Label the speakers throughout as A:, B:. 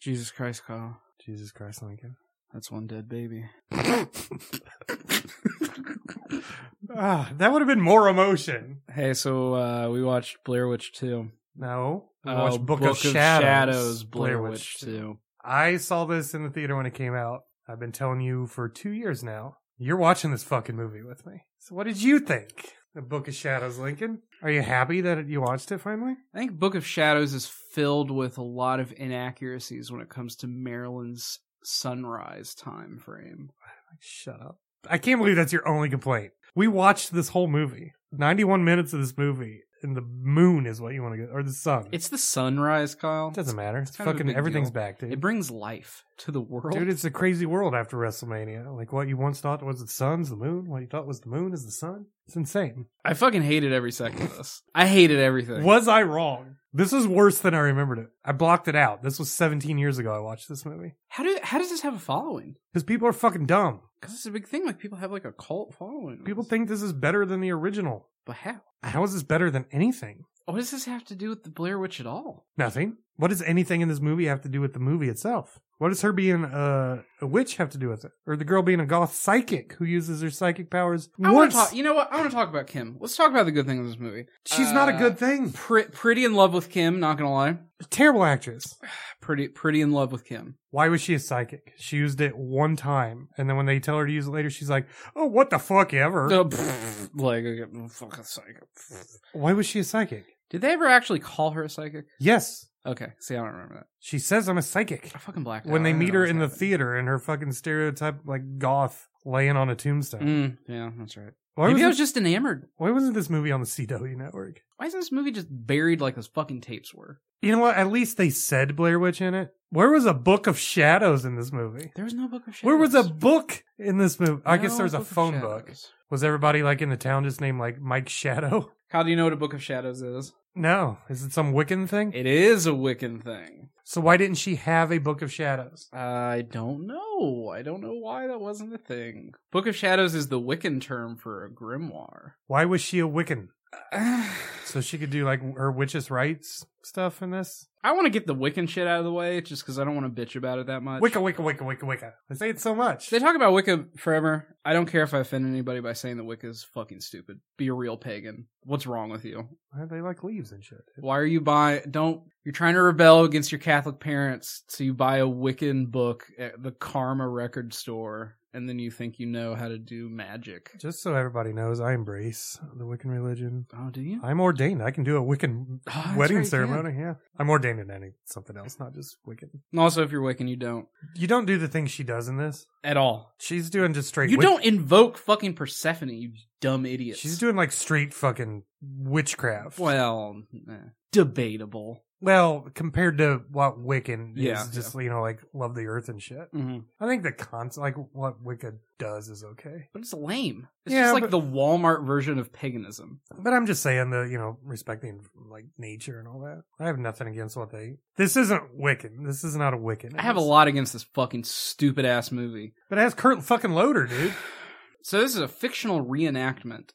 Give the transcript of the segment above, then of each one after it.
A: Jesus Christ, Kyle.
B: Jesus Christ Lincoln.
A: That's one dead baby.
B: ah, that would have been more emotion.
A: Hey, so uh, we watched Blair Witch 2.
B: No, we
A: Oh,
B: watched Uh, Book, of, Shadows,
A: Blair, Witch 2.
B: I saw this in the theater when it came out. I've been telling you for two years now. You're watching this fucking movie with me. So what did you think? The Book of Shadows, Lincoln. Are you happy that you watched it finally?
A: I think Book of Shadows is filled with a lot of inaccuracies when it comes to Maryland's sunrise time frame.
B: Like, shut up. I can't believe that's your only complaint. We watched this whole movie, 91 minutes of this movie, and the moon is what you want to get, or the sun.
A: It's the sunrise, Kyle.
B: it doesn't matter. It's
A: kind of a
B: fucking
A: big
B: everything's
A: deal.
B: back, dude.
A: It brings life to the world.
B: Dude, it's a crazy world after WrestleMania. Like what you once thought was the sun's the moon. What you thought was the moon is the sun. It's insane.
A: I fucking hated every second of this. I hated everything.
B: Was I wrong? This is worse than I remembered it. I blocked it out. This was 17 years ago. I watched this movie
A: How do how does this have a following?
B: because people are fucking dumb.
A: Because it's a big thing. Like people have like a cult following.
B: People think this is better than the original.
A: but how?
B: How is this better than anything?
A: What does this have to do with the Blair Witch at all?
B: Nothing. What does anything in this movie have to do with the movie itself? What does her being a, a witch have to do with it? Or the girl being a goth psychic who uses her psychic powers
A: I want
B: once?
A: to talk. You know what? I want to talk about Kim. Let's talk about the good thing in this movie.
B: She's not a
A: Uh,
B: good thing.
A: Pre- pretty in love with Kim. Not gonna lie.
B: Terrible actress.
A: Pretty pretty in love with Kim.
B: why was she a psychic? She used it one time, and then when they tell her to use it later, she's like, "Oh, what the fuck ever."
A: Uh, pfft, like uh, fucking psychic. Pfft.
B: Why was she a psychic?
A: Did they ever actually call her a psychic?
B: Yes,
A: Okay. See, I don't remember that.
B: she says, "I'm a psychic."
A: I fucking blacked out.
B: When
A: I
B: they
A: don't
B: meet
A: know
B: her
A: what's
B: in the
A: happening.
B: theater, and her fucking stereotype like goth laying on a tombstone.
A: Mm, yeah, that's right.
B: Why,
A: Maybe I
B: wasn't,
A: was just enamored.
B: why wasn't this movie on the CW network?
A: Why isn't this movie just buried like those fucking tapes were?
B: You know what? At least they said Blair Witch in it. Where was a Book of Shadows in this movie?
A: There was no book of shadows.
B: Where was a book in this movie? I guess
A: No
B: there was a
A: Book of
B: phone book.
A: Shadows.
B: Was everybody like in the town just named like Mike Shadow?
A: How do you know what a book of shadows is?
B: No, is it some Wiccan thing?
A: It is a Wiccan thing.
B: So why didn't she have a book of shadows?
A: I don't know. I don't know why that wasn't a thing. Book of Shadows is the Wiccan term for a grimoire.
B: Why was she a Wiccan? So she could do like her witches' rights stuff in this.
A: I want to get the Wiccan shit out of the way just because I don't want to bitch about it that much.
B: Wicca, Wicca, Wicca, Wicca, Wicca. I say it so much.
A: They talk about Wicca forever. I don't care if I offend anybody by saying that Wicca is fucking stupid. Be a real pagan. What's wrong with you?
B: Why They like leaves and shit.
A: Why are you buying? Don't you're trying to rebel against your Catholic parents, so you buy a Wiccan book at the Karma record store, and then you think you know how to do magic.
B: Just so everybody knows, I embrace the Wiccan religion.
A: Oh, do you?
B: I'm ordained. I can do a Wiccan
A: Oh, that's
B: wedding
A: right, you can.
B: ceremony. Yeah, I'm ordained in any something else, not just Wiccan.
A: And also, if you're Wiccan, you don't
B: You don't do the things she does in this.
A: at all.
B: She's doing just straight.
A: you
B: wic-
A: don't invoke fucking Persephone, you dumb idiot.
B: She's doing like straight fucking witchcraft.
A: well, eh, debatable.
B: Well, compared to what Wiccan
A: Yeah,
B: is, just you know, like love the earth and shit.
A: hmm
B: I think the concept, like what Wicca does, is okay.
A: But it's lame. It's
B: Yeah,
A: just like
B: but-
A: the Walmart version of paganism.
B: But I'm just saying the you know respecting like nature and all that. I have nothing against what they. This isn't Wiccan. This is not a Wiccan.
A: I have a lot against this fucking stupid ass movie.
B: But it has Kurt fucking Loader, dude.
A: So this is a fictional reenactment.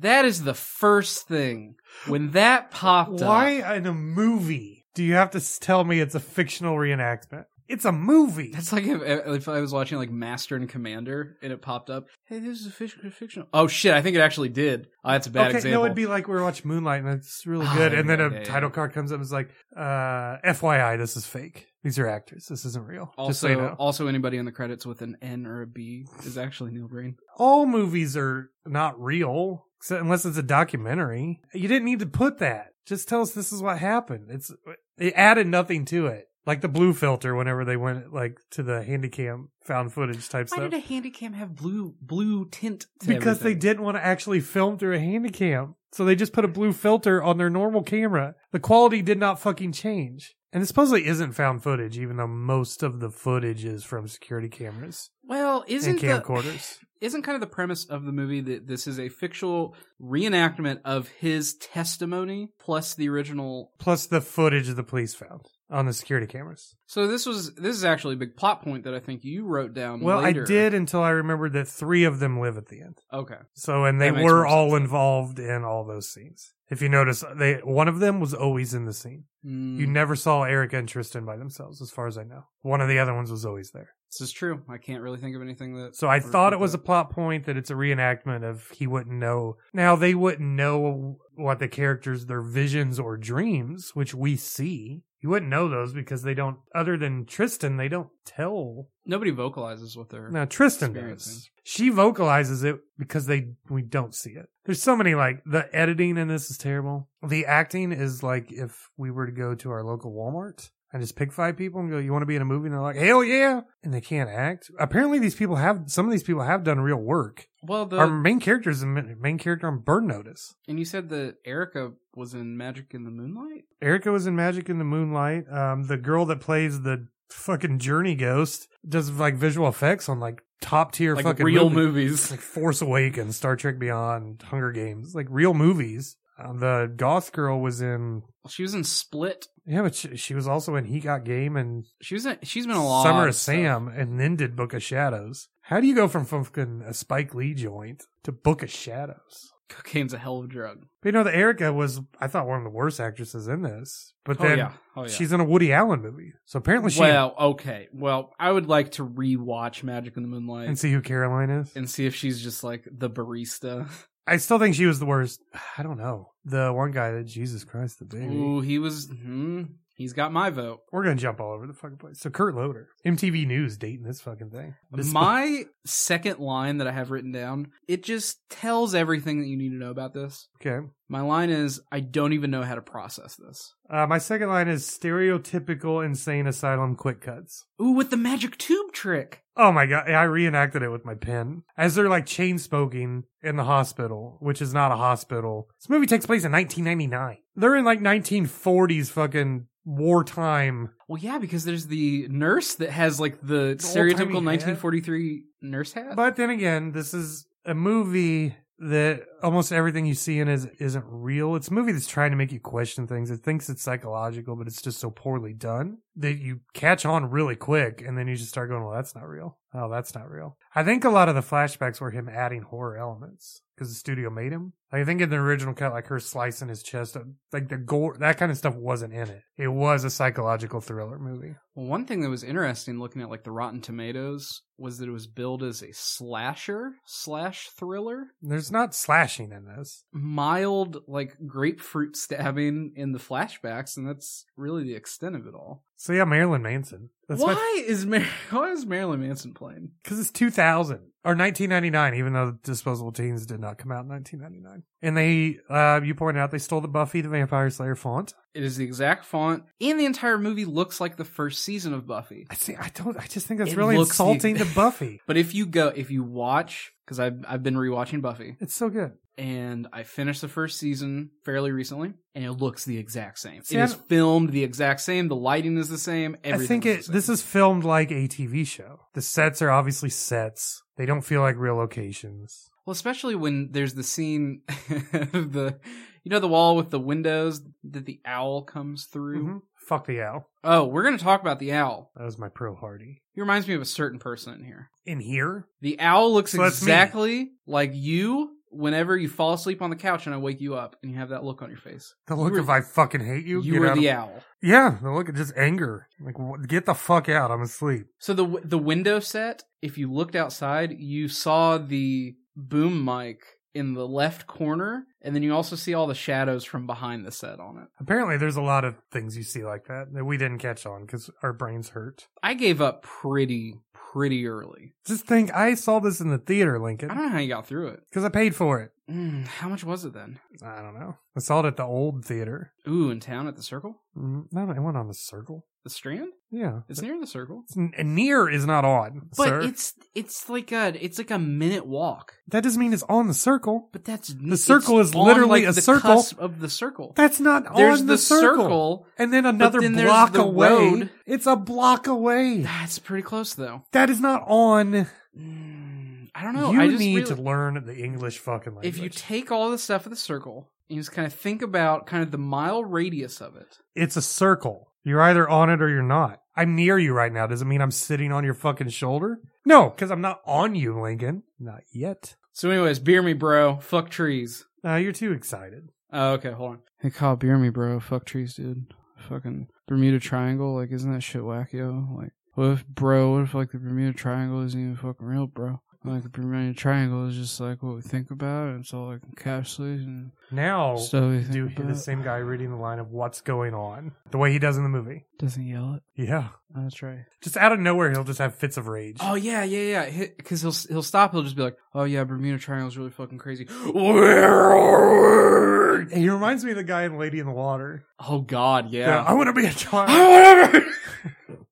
A: that is the first thing. When that popped up,
B: Why in a movie do you have to s- tell me it's a fictional reenactment? It's a movie.
A: that's like if, if I was watching like Master and Commander and it popped up. Hey, this is a fic- fictional. Oh shit! I think it actually did. Oh, that's a bad
B: okay,
A: example.
B: no, it'd be like we were watching Moonlight and it's really
A: Ah,
B: good,
A: there
B: and
A: you
B: then
A: go.
B: a
A: Yeah, yeah,
B: title
A: yeah.
B: card comes up and it's like, uh, FYI, this is fake. These are actors. This isn't real. just
A: also,
B: so you know.
A: also anybody in the credits with an N or a B is actually Neil Breen.
B: all movies are not real except- unless it's a documentary. You didn't need to put that. Just tell us this is what happened. It's it added nothing to it. Like the blue filter whenever they went like to the handycam found footage type
A: Why
B: stuff.
A: did a handycam have blue blue tint? To
B: because they
A: everything?
B: didn't want to actually film through a handycam. So they just put a blue filter on their normal camera. The quality did not fucking change. And it supposedly isn't found footage, even though most of the footage is from security cameras
A: Well, isn't
B: and
A: the-
B: camcorders.
A: isn't kind of the premise of the movie that this is a fictional reenactment of his testimony plus the original
B: plus the footage the police found on the security cameras.
A: so this was this is actually a big plot point that i think you wrote down
B: Well,
A: later.
B: I did until I remembered that three of them live at the end.
A: okay
B: So, and they
A: That makes more
B: were all
A: sense.
B: involved in all those scenes. If you notice, they one of them was always in the scene.
A: Mm,
B: You never saw Erica and Tristan by themselves, as far as I know. One of the other ones was always there.
A: this is true. I can't really think of anything that.
B: So I
A: Or
B: thought
A: something.
B: it was a plot point that it's a reenactment of he wouldn't know. Now they wouldn't know what the characters, their visions or dreams, which we see. You wouldn't know those because they don't. Other than Tristan, they don't tell.
A: Nobody vocalizes what they're.
B: Now Tristan does.
A: Experiencing.
B: She vocalizes it because they we don't see it. There's so many like the editing in this is terrible. The acting is like if we were to go to our local Walmart. And just pick five people and go, you want to be in a movie? And they're like, hell yeah. And they can't act. Apparently, these people have, some of these people have done real work
A: Well, the
B: our main character is the ma- main character on Bird Notice.
A: and you said that Erica was in Magic in the Moonlight.
B: Erica was in Magic in the Moonlight. Um, the girl that plays the fucking Journey Ghost does like visual effects on like top tier
A: like
B: fucking
A: real
B: movies.
A: movies.
B: like Force Awakens, Star Trek Beyond, Hunger Games, like real movies. Uh, the goth girl was in
A: She was in Split.
B: yeah, but she, she was also in He Got Game and
A: She was in, she's been a lot.
B: Summer
A: of
B: of
A: stuff.
B: Sam, and then did Book of Shadows. How do you go from fucking a Spike Lee joint to Book of Shadows?
A: Cocaine's a hell of a drug.
B: But you know, the Erica was, I thought, one of the worst actresses in this. But
A: oh
B: then
A: yeah. Oh yeah.
B: she's in a Woody Allen movie. So apparently she
A: well, okay. Well, I would like to rewatch Magic in the Moonlight
B: and
A: and see,
B: see who Caroline is.
A: if she's just like the barista.
B: I still think she was the worst. I don't know. The one guy that Jesus Christ, the baby.
A: Ooh, he was. Hmm, he's got my vote.
B: We're going to jump all over the fucking place. So Kurt Loder, MTV News dating this fucking thing. This-
A: My second line that I have written down, it just tells everything that you need to know about this.
B: okay.
A: My line is, I don't even know how to process this.
B: Uh, my second line is stereotypical insane asylum quick cuts.
A: Ooh, with the magic tube trick.
B: Oh my god, I reenacted it with my pen. As they're like chain smoking in the hospital, which is not a hospital. This movie takes place in 1999. They're in like 1940s fucking wartime.
A: Well, yeah, because there's the nurse that has like the,
B: old-timey
A: stereotypical
B: hat.
A: 1943 nurse hat.
B: But then again, this is a movie that almost everything you see in is isn't real. It's a movie that's trying to make you question things. It thinks it's psychological, but it's just so poorly done that you catch on really quick and then you just start going, Well, that's not real. Oh, that's not real. I think a lot of the flashbacks were him adding horror elements because the studio made him. I think in the original cut, like her slicing his chest, uh, like the gore, that kind of stuff wasn't in it. It was a psychological thriller movie.
A: Well, one thing that was interesting looking at like the Rotten Tomatoes was that it was billed as a slasher slash thriller,
B: There's not slashing in this.
A: mild like grapefruit stabbing in the flashbacks, and that's really the extent of it all.
B: So yeah, Marilyn Manson. That's my
A: why is Mar- why is Marilyn Manson playing?
B: Because it's 2000 or 1999, even though Disposable Teens did not come out in 1999. And they, uh, you pointed out, they stole the Buffy the Vampire Slayer font.
A: It is the exact font, and the entire movie looks like the first season of Buffy.
B: I see. I don't. I just think that's
A: It
B: really
A: looks
B: insulting
A: the-
B: to Buffy.
A: But if you go, if you watch, because I've I've been rewatching Buffy,
B: It's so good.
A: and I finished the first season fairly recently, and it looks the exact same.
B: See,
A: it
B: I
A: is
B: don't-
A: filmed the exact same. The lighting is the same. Everything
B: I think
A: is
B: it.
A: the same.
B: This is filmed like a TV show. The sets are obviously sets. They don't feel like real locations.
A: Well, especially when there's the scene of the you know the wall with the windows that the owl comes through.
B: Mhm. Fuck the owl.
A: Oh, we're gonna talk about the owl.
B: That was my pro Hardy.
A: He reminds me of a certain person in here.
B: In here,
A: The owl looks
B: So that's me.
A: exactly like you whenever you fall asleep on the couch and I wake you up and you have that look on your face.
B: the look
A: were-
B: of I fucking hate you.
A: You
B: get
A: were
B: out of-
A: the owl.
B: yeah. The look of just anger. Like wh- get the fuck out. I'm asleep.
A: So the w- the window set, if you looked outside, you saw the boom mic in the left corner, and then you also see all the shadows from behind the set on it.
B: Apparently, there's a lot of things you see like that that we didn't catch on because our brains hurt.
A: I gave up pretty pretty early.
B: Just think, I saw this in the theater,
A: I
B: Lincoln,
A: don't know how you got through it.
B: because I paid for it.
A: Mm, how much was it then?
B: I don't know. I saw it at the old theater.
A: Ooh, in town at the Circle,
B: Mm, No, no, it went on the circle.
A: the Strand.
B: Yeah,
A: It's near the Circle,
B: It's n- near is not on,
A: but
B: sir.
A: it's it's like a it's like a minute walk.
B: that doesn't mean it's on the circle.
A: But that's
B: The Circle is literally a
A: the
B: circle.
A: cusp of the Circle.
B: That's not
A: There's
B: on
A: the, circle.
B: And then another
A: then there's
B: block
A: the
B: away.
A: road.
B: It's a block away.
A: That's pretty close though.
B: That is not on.
A: Mm, I don't know.
B: you
A: I just
B: need
A: reali-
B: to learn the English fucking language.
A: if you take all the stuff of the Circle and you just kind of think about kind of the mile radius of it.
B: it's a circle. You're either on it or you're not. I'm near you right now. Does it mean I'm sitting on your fucking shoulder? No, because I'm not on you, Lincoln. Not yet.
A: So, anyways, beer me, bro. Fuck trees.
B: Uh, you're too excited.
A: Oh, okay, hold on. Hey, Kyle, beer me, bro. Fuck trees, dude. Fucking Bermuda Triangle. Like, isn't that shit wackyo? Like, what if, bro? What if like the Bermuda Triangle isn't even fucking real, bro? Like the Bermuda Triangle is just like what we think about, and it's all like encapsulated and
B: Now,
A: stuff we think
B: do
A: about.
B: the same guy reading the line of what's going on the way he does in the movie.
A: Doesn't yell it.
B: Yeah.
A: Oh, that's right.
B: Just out of nowhere, he'll just have fits of rage.
A: Oh yeah, yeah, yeah. Because he'll he'll stop. He'll just be like, "Oh yeah, Bermuda Triangle's really fucking crazy." Oh
B: He reminds me of the guy in Lady in the Water.
A: God,
B: Yeah, I
A: yeah.
B: want to be a child.
A: Whatever.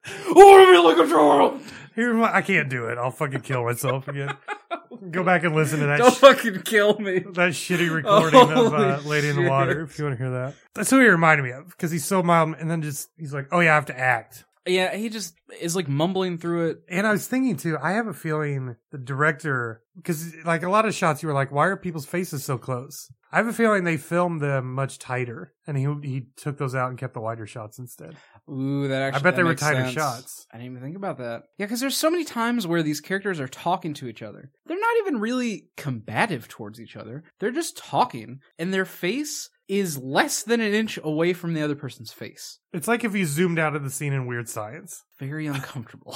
A: I want to be like a child.
B: He remi- I can't do it. I'll fucking kill myself again. Go back and listen to that
A: Don't
B: sh-
A: fucking kill me.
B: that shitty recording of uh,
A: Holy
B: Lady in the
A: shit.
B: Water. If you want to hear that, that's who he reminded me of because he's so mild. And then just he's like, "Oh yeah, I have to act."
A: Yeah, he just is like mumbling through it.
B: And I was thinking too. I have a feeling the director because like a lot of shots, you were like, "Why are people's faces so close?" I have a feeling they filmed them much tighter, and he he took those out and kept the wider shots instead.
A: Ooh, that actually.
B: I bet
A: that
B: they were
A: makes
B: tighter
A: sense.
B: shots.
A: I didn't even think about that. Yeah, because there's so many times where these characters are talking to each other. They're not even really combative towards each other. They're just talking, and their face is less than an inch away from the other person's face.
B: It's like if you zoomed out of the scene in Weird Science.
A: Very uncomfortable.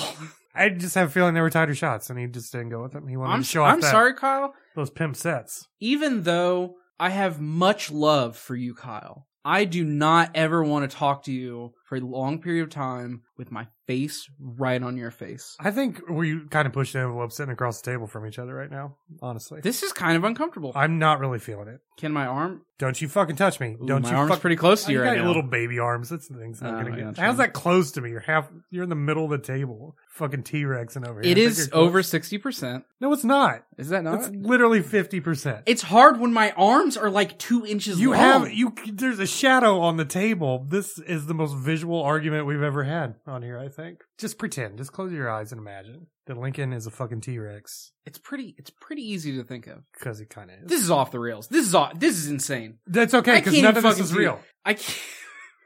B: I just have a feeling they were tighter shots, and he just didn't go with them. He wanted
A: I'm
B: to show off
A: I'm
B: that-
A: sorry, Kyle.
B: those pimp sets.
A: Even though I have much love for you, Kyle, I do not ever want to talk to you for a long period of time with my face right on your face.
B: I think we kind of pushed the envelope sitting across the table from each other right now. Honestly,
A: This is kind of uncomfortable.
B: I'm not really feeling it.
A: Can my arm?
B: Don't you fucking touch me!
A: Ooh,
B: Don't
A: my
B: you
A: arm's
B: fuck-
A: pretty close to
B: you
A: you
B: got
A: right
B: your
A: now.
B: little baby arms. That's the thing's not
A: Oh,
B: gonna
A: yeah,
B: get.
A: that's
B: How's
A: right.
B: that close to me? You're half. You're in the middle of the table. Fucking T Rex and over here.
A: It
B: I think
A: is
B: you're close.
A: over sixty percent.
B: No, it's not.
A: Is that not?
B: It's literally fifty percent.
A: It's hard when my arms are like two inches.
B: You
A: long.
B: have you. There's a shadow on the table. This is the most visual argument we've ever had on here. I think. Just pretend. Just close your eyes and imagine that Lincoln is a fucking T Rex
A: It's pretty. It's pretty easy to think of.
B: because he kind of is.
A: This is off the rails. This is off. This is insane.
B: That's
A: I
B: okay
A: can't
B: because none
A: even
B: of this
A: fucking
B: is
A: do
B: real.
A: I can't.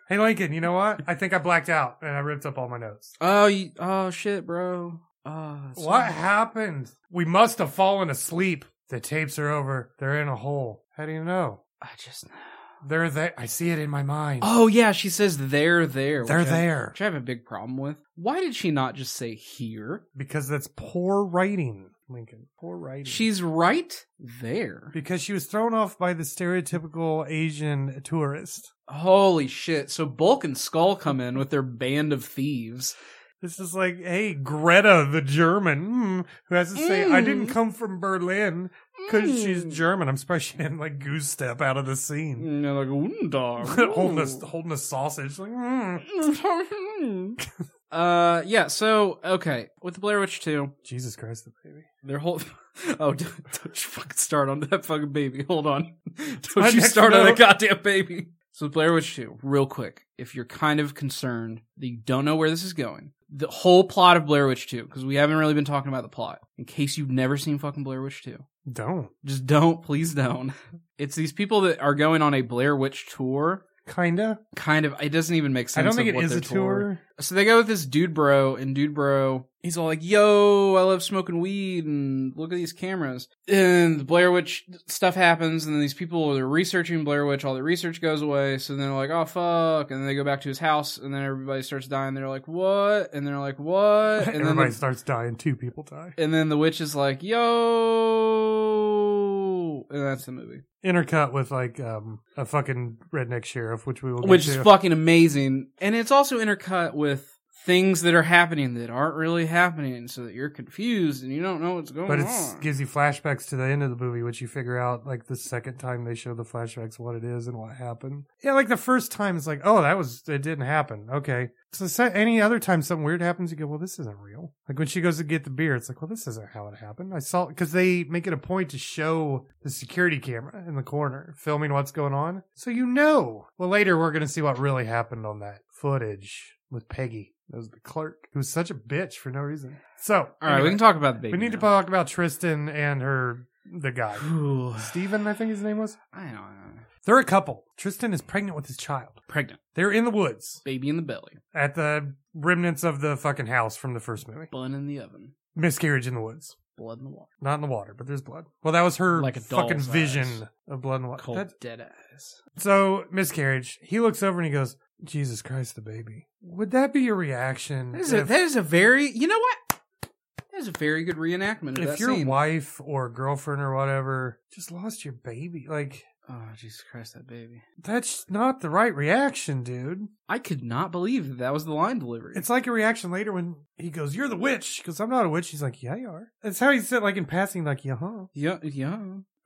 B: Hey Lincoln, you know what? I think I blacked out and I ripped up all my notes.
A: Oh, you, oh shit, bro. Oh, it's-
B: What happened? We must have fallen asleep. The tapes are over. They're in a hole. How do you know?
A: I just.
B: They're there. I see it in my mind.
A: Oh yeah, she says they're there.
B: They're
A: which I-
B: there
A: which I have a big problem with. Why did she not just say here?
B: because that's poor writing, Lincoln. Poor writing.
A: She's right there.
B: because she was thrown off by the stereotypical Asian tourist.
A: Holy shit! So Bulk and Skull come in with their band of thieves.
B: This is like, hey, Greta, the German, mm, who has to say, "I
A: Mm.
B: didn't come from Berlin." Because she's
A: Mm.
B: German. I'm surprised she didn't like goose step out of the scene.
A: And they're like, "Wooden dog."
B: holding,
A: ooh."
B: a, holding a sausage. Like, mm.
A: uh, yeah. So okay, with the Blair Witch two,
B: Jesus Christ, the baby.
A: their whole oh, don't, don't you fucking start on that fucking baby. Hold on, don't
B: my
A: you
B: next
A: start on that
B: note.
A: goddamn baby. So with Blair Witch two, real quick, if you're kind of concerned that you don't know where this is going, the whole plot of Blair Witch two, because we haven't really been talking about the plot. In case you've never seen fucking Blair Witch two,
B: Don't.
A: just don't, please don't. It's these people that are going on a Blair Witch tour.
B: Kinda.
A: Kind of, it doesn't even make sense.
B: I don't
A: of
B: think it
A: what
B: is
A: their
B: a tour.
A: so they go with this dude bro, and dude bro, he's all like, "Yo, I love smoking weed, and look at these cameras." And the Blair Witch stuff happens, and then these people are researching Blair Witch. All the research goes away, so then they're like, "Oh fuck!" And then they go back to his house, and then everybody starts dying. They're like, "What?" And they're like, "What?" Uh, And then
B: Everybody
A: the,
B: starts dying. Two people die.
A: and then the witch is like, "Yo," and that's the movie,
B: Intercut with like um a fucking redneck sheriff, which we will. Get
A: which is
B: to.
A: fucking amazing, and it's also intercut with. Things that are happening that aren't really happening, so that you're confused and you don't know what's going
B: but
A: on.
B: it gives you flashbacks to the end of the movie, which you figure out like the second time they show the flashbacks what it is and what happened. Yeah, like the first time it's like, oh, that was it didn't happen. Okay. So se- any other time something weird happens, you go, well, this isn't real. Like when she goes to get the beer, it's like, well, this isn't how it happened. I saw because they make it a point to show the security camera in the corner filming what's going on, so you know. Well, later we're gonna see what really happened on that footage with Peggy. That was the clerk who was such a bitch for no reason.
A: All
B: So,
A: right, we
B: anyway.
A: can talk about the baby.
B: We need to
A: now.
B: talk about Tristan and her, the guy.
A: Whew.
B: Steven, I think his name was.
A: I don't know.
B: They're a couple. Tristan is pregnant with his child.
A: Pregnant.
B: They're in the woods
A: Baby in the belly.
B: at the remnants of the fucking house from the first movie.
A: Bun in the oven.
B: Miscarriage in the woods.
A: blood in the water.
B: Not in the water, but there's blood. Well, that was her
A: Like a
B: fucking
A: doll's
B: vision
A: eyes.
B: of blood and water.
A: Cold
B: That-
A: dead eyes.
B: so miscarriage. He looks over and he goes, "Jesus Christ, the baby." Would that be your reaction?
A: That is, a,
B: if-
A: that is a very, you know what? That is a very good reenactment of
B: if
A: that
B: your
A: scene.
B: wife or girlfriend or whatever just lost your baby, like
A: oh, Jesus Christ, that baby.
B: that's not the right reaction, dude.
A: I could not believe that, that was the line delivery.
B: It's like a reaction later when he goes, "You're the witch," because I'm not a witch. He's like, "Yeah, you are." That's how he said, like in passing, like, "Yeah, huh?
A: yeah, yeah.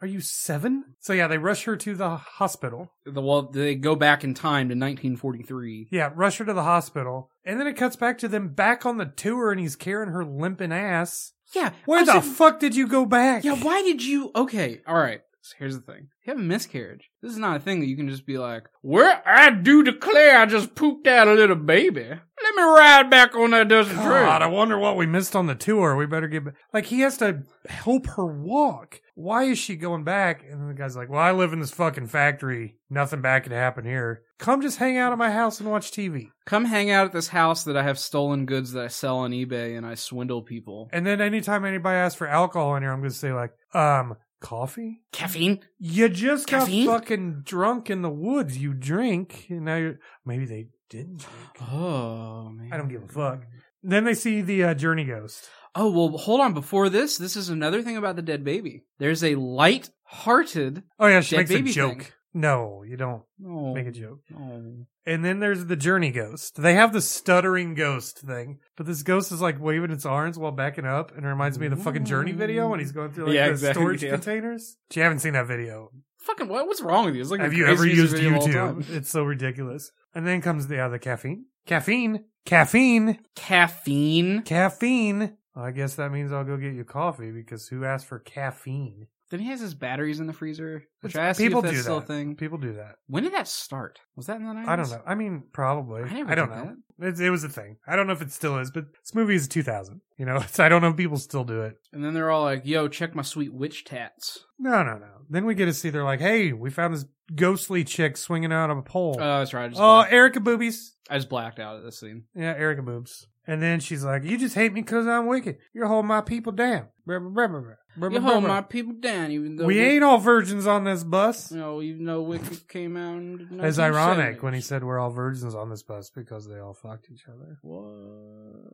B: Are you seven? So yeah, they rush her to the hospital.
A: The, well, they go back in time to 1943.
B: Yeah, rush her to the hospital, and then it cuts back to them back on the tour, and he's carrying her limping ass.
A: Yeah.
B: Where
A: I
B: the
A: said-
B: fuck did you go back?
A: Yeah, why did you? Okay, all right. So here's the thing: you have a miscarriage. This is not a thing that you can just be like, "Well, I do declare, I just pooped out a little baby. Let me ride back on that dozen
B: God, I
A: trail."
B: wonder what we missed on the tour. We better get back. Like, he has to help her walk. Why is she going back? And then the guy's like, Well, I live in this fucking factory. Nothing bad can happen here. Come just hang out at my house and watch TV.
A: Come hang out at this house that I have stolen goods that I sell on eBay and I swindle people.
B: And then anytime anybody asks for alcohol in here, I'm going to say, like, um, coffee?
A: Caffeine.
B: You just got
A: Caffeine?
B: fucking drunk in the woods. You drink, and now you're. Maybe they didn't drink.
A: Oh man,
B: I don't give a fuck. Then they see the uh, journey ghost.
A: Oh well, hold on. Before this, this is another thing about the dead baby. There's a light-hearted. oh,
B: Oh, yeah, she
A: Dead
B: makes a
A: baby
B: joke.
A: thing.
B: No, you don't
A: No,
B: make a joke.
A: no.
B: And then there's the journey ghost. They have the stuttering ghost thing, but this ghost is like waving its arms while backing up, and it reminds me of the fucking journey video when he's going through like
A: Yeah,
B: the
A: exactly,
B: storage
A: yeah.
B: containers. But you haven't seen that video.
A: Fucking what? What's wrong with you? It's like the
B: have you ever
A: craziest
B: used
A: video of all time.
B: YouTube? It's so ridiculous. And then comes the other caffeine, caffeine, caffeine,
A: Caffeine.
B: caffeine. I guess that means I'll go get you coffee because who asked for caffeine?
A: Then he has his batteries in the freezer, which
B: It's-
A: I asked you
B: people
A: if that's
B: do
A: still a
B: that.
A: thing.
B: People do that.
A: When did that start? Was that in the 90s?
B: I don't know. I mean, probably.
A: I never
B: I, don't
A: did
B: know. It, it was a thing. I don't know if it still is, but this movie is 2000. You know, so I don't know if people still do it.
A: And then they're all like, yo, check my sweet witch tats.
B: No, no, no. Then we get to see they're like, hey, we found this ghostly chick swinging out of a pole.
A: Oh,
B: Oh,
A: that's right. I just, blacked,
B: Erica boobies.
A: I just blacked out at this scene.
B: Yeah, Erica boobs. And then she's like, you just hate me because I'm wicked. You're holding my people down. Brr, brr, brr, brr, brr, brr,
A: You
B: brr,
A: hold
B: brr.
A: my people down, even though.
B: we ain't all virgins on this bus.
A: You know, even though Wicked came out in
B: It's ironic when he
A: 1970s.
B: said we're all virgins on this bus because they all fucked each other.
A: Whoa,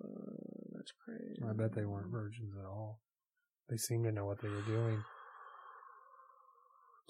A: that's crazy.
B: I bet they weren't virgins at all. They seemed to know what they were doing.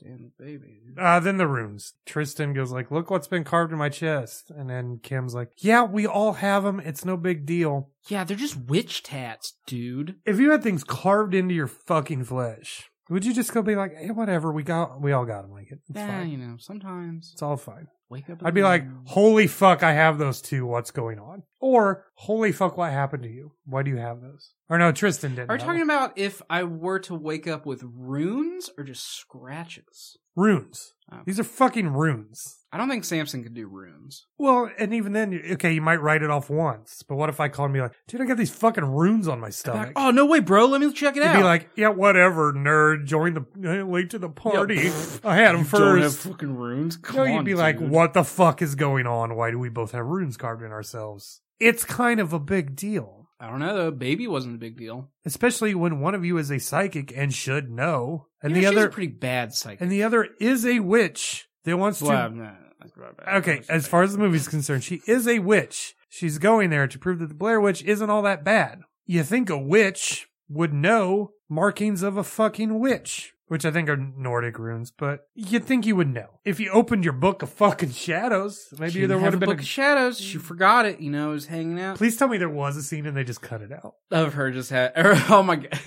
A: Damn baby. dude.
B: Uh, then the runes. Tristan goes like, "Look what's been carved in my chest," and then Kim's like, "Yeah, we all have them. It's no big deal.
A: yeah, they're just witch tats, dude.
B: If you had things carved into your fucking flesh, would you just go be like, hey, whatever? We got, we all got them. Like it. It's
A: Yeah,
B: fine.
A: you Mm. know, sometimes.
B: It's all fine."
A: Wake up. in
B: I'd be
A: the
B: like,
A: morning.
B: "Holy fuck, I have those two. What's going on?" Or, "Holy fuck, what happened to you? Why do you have those?" Or no, Tristan didn't.
A: Are we
B: have
A: talking
B: them.
A: about if I were to wake up with runes or just scratches?
B: runes?
A: Oh.
B: These are fucking runes.
A: I don't think Samson could do runes.
B: Well, and even then, okay, you might write it off once, but what if I call and be like, dude, I got these fucking runes on my
A: Like,
B: stomach?
A: oh no way, bro! Let me check it
B: You'd
A: out.
B: be like, yeah, whatever, nerd, join the uh, late to the party.
A: pfft,
B: I had them first.
A: fucking runes.
B: No, you'd be like, what the fuck is going on? Why do we both have runes carved in ourselves? It's kind of a big deal,
A: I don't know. though. Baby wasn't a big deal.
B: especially when one of you is a psychic and should know, and
A: You know,
B: the
A: she's
B: other
A: a pretty bad psychic.
B: and the other is a witch that wants to
A: Well, I'm not- that's what I-
B: Okay, as far as the movie's concerned, she is a witch. She's going there to prove that the Blair Witch isn't all that bad. You think a witch would know markings of a fucking witch, which I think are Nordic runes, but you'd think you would know. If you opened your book of fucking shadows,
A: She
B: maybe
A: didn't
B: there would have
A: a
B: been
A: book
B: a.
A: of shadows. She forgot it. You know, it was hanging out
B: Please tell me there was a scene and they just cut it out.
A: of her. Just had. Oh my god.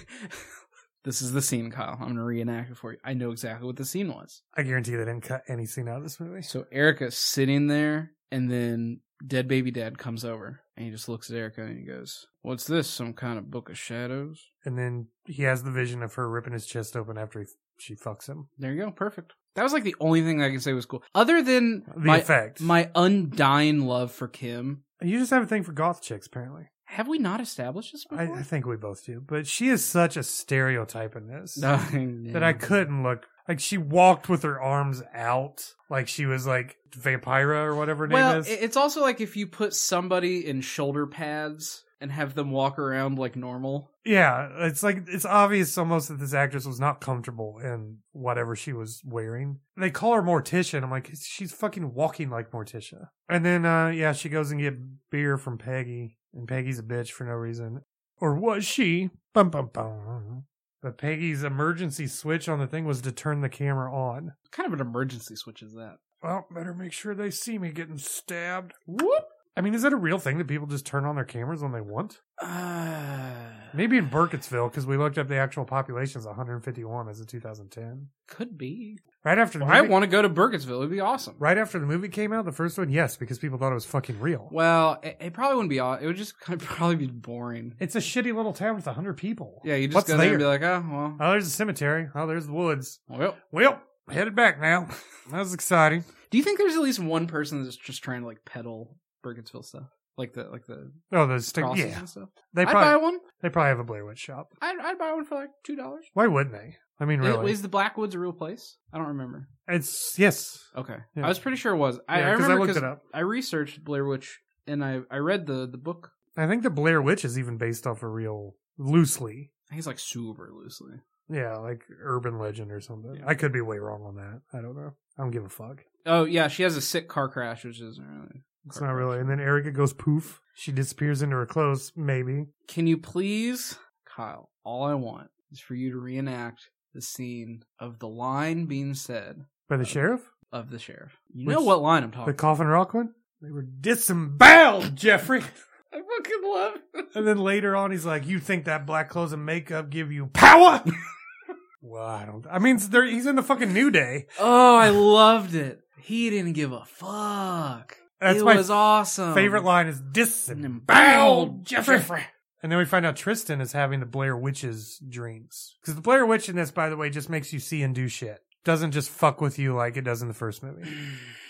A: This is the scene, Kyle. I'm gonna reenact it for you. I know exactly what the scene was.
B: I guarantee they didn't cut any scene out of this movie.
A: So Erica's sitting there, and then dead baby dad comes over, and he just looks at Erica and he goes, "What's this? Some kind of book of shadows?"
B: And then he has the vision of her ripping his chest open after he, she fucks him.
A: There you go, perfect. That was like the only thing I can say was cool, other than
B: The
A: my
B: effect.
A: my undying love for Kim.
B: you just have a thing for goth chicks, apparently.
A: Have we not established this
B: I,
A: before?
B: I think we both do, but she is such a stereotype in this that I couldn't look. Like she walked with her arms out, like she was like Vampira or whatever her
A: Well,
B: name is.
A: it- it's also like if you put somebody in shoulder pads and have them walk around like normal.
B: Yeah, it's like it's obvious almost that this actress was not comfortable in whatever she was wearing. And they call her Morticia, and I'm like, she's fucking walking like Morticia. And then, uh, yeah, she goes and get beer from Peggy, and Peggy's a bitch for no reason, or was she? Bum bum bum. But Peggy's emergency switch on the thing was to turn the camera on.
A: What kind of an emergency switch is that?
B: Well, better make sure they see me getting stabbed.
A: Whoop.
B: I mean, is that a real thing that people just turn on their cameras when they want?
A: Uh,
B: Maybe in Burkittsville, because we looked up the actual population is 151 as of 2010.
A: could be.
B: Right after the
A: I
B: movie,
A: want to go to Burkittsville. It'd be awesome.
B: right after the movie came out, the first one, yes, because people thought it was fucking real.
A: Well, it, it probably wouldn't be. aw- It would just kind of probably be boring.
B: It's a shitty little town with 100 people.
A: Yeah, you just
B: What's
A: go there and be like, oh well,
B: oh, there's a cemetery. Oh, there's the woods.
A: well.
B: Well, headed back now. that was exciting.
A: Do you think there's at least one person that's just trying to like pedal Burkittsville stuff, like the like the
B: Oh, those things.
A: crosses
B: Yeah,
A: and stuff?
B: they
A: I'd
B: probably
A: buy one.
B: they probably have a Blair Witch shop.
A: I'd, I'd buy one for like two dollars.
B: Why wouldn't they? I mean, really,
A: Is the Blackwoods a real place? I don't remember.
B: it's yes.
A: Okay,
B: Yeah.
A: I was pretty sure it was. I, I
B: Yeah, 'cause
A: remember
B: I looked
A: because
B: it up.
A: I researched Blair Witch and I I read the the book.
B: I think the Blair Witch is even based off a real loosely.
A: I think it's like super loosely.
B: Yeah, like urban legend or something.
A: Yeah.
B: I could be way wrong on that. I don't know. I don't give a fuck.
A: Oh yeah, she has a sick car crash, which isn't really.
B: It's
A: car
B: not
A: crash.
B: really. And then Erica goes poof. She disappears into her clothes, maybe.
A: Can you please, Kyle? All I want is for you to reenact the scene of the line being said
B: By the sheriff?
A: of the sheriff. You
B: Which-
A: know what line I'm talking
B: The Coffin Rock one? They were disemboweled, Jeffrey.
A: I fucking love.
B: and then later on, he's like, You think that black clothes and makeup give you power? well, I don't. I mean, it's- they're, he's in the fucking New Day.
A: Oh, I loved it. He didn't give a fuck.
B: That's
A: it
B: my
A: was awesome.
B: Favorite line is disemboweled, Jeffrey. And then we find out Tristan is having the Blair Witch's dreams. Because the Blair Witch in this, by the way, just makes you see and do shit. Doesn't just fuck with you like it does in the first movie.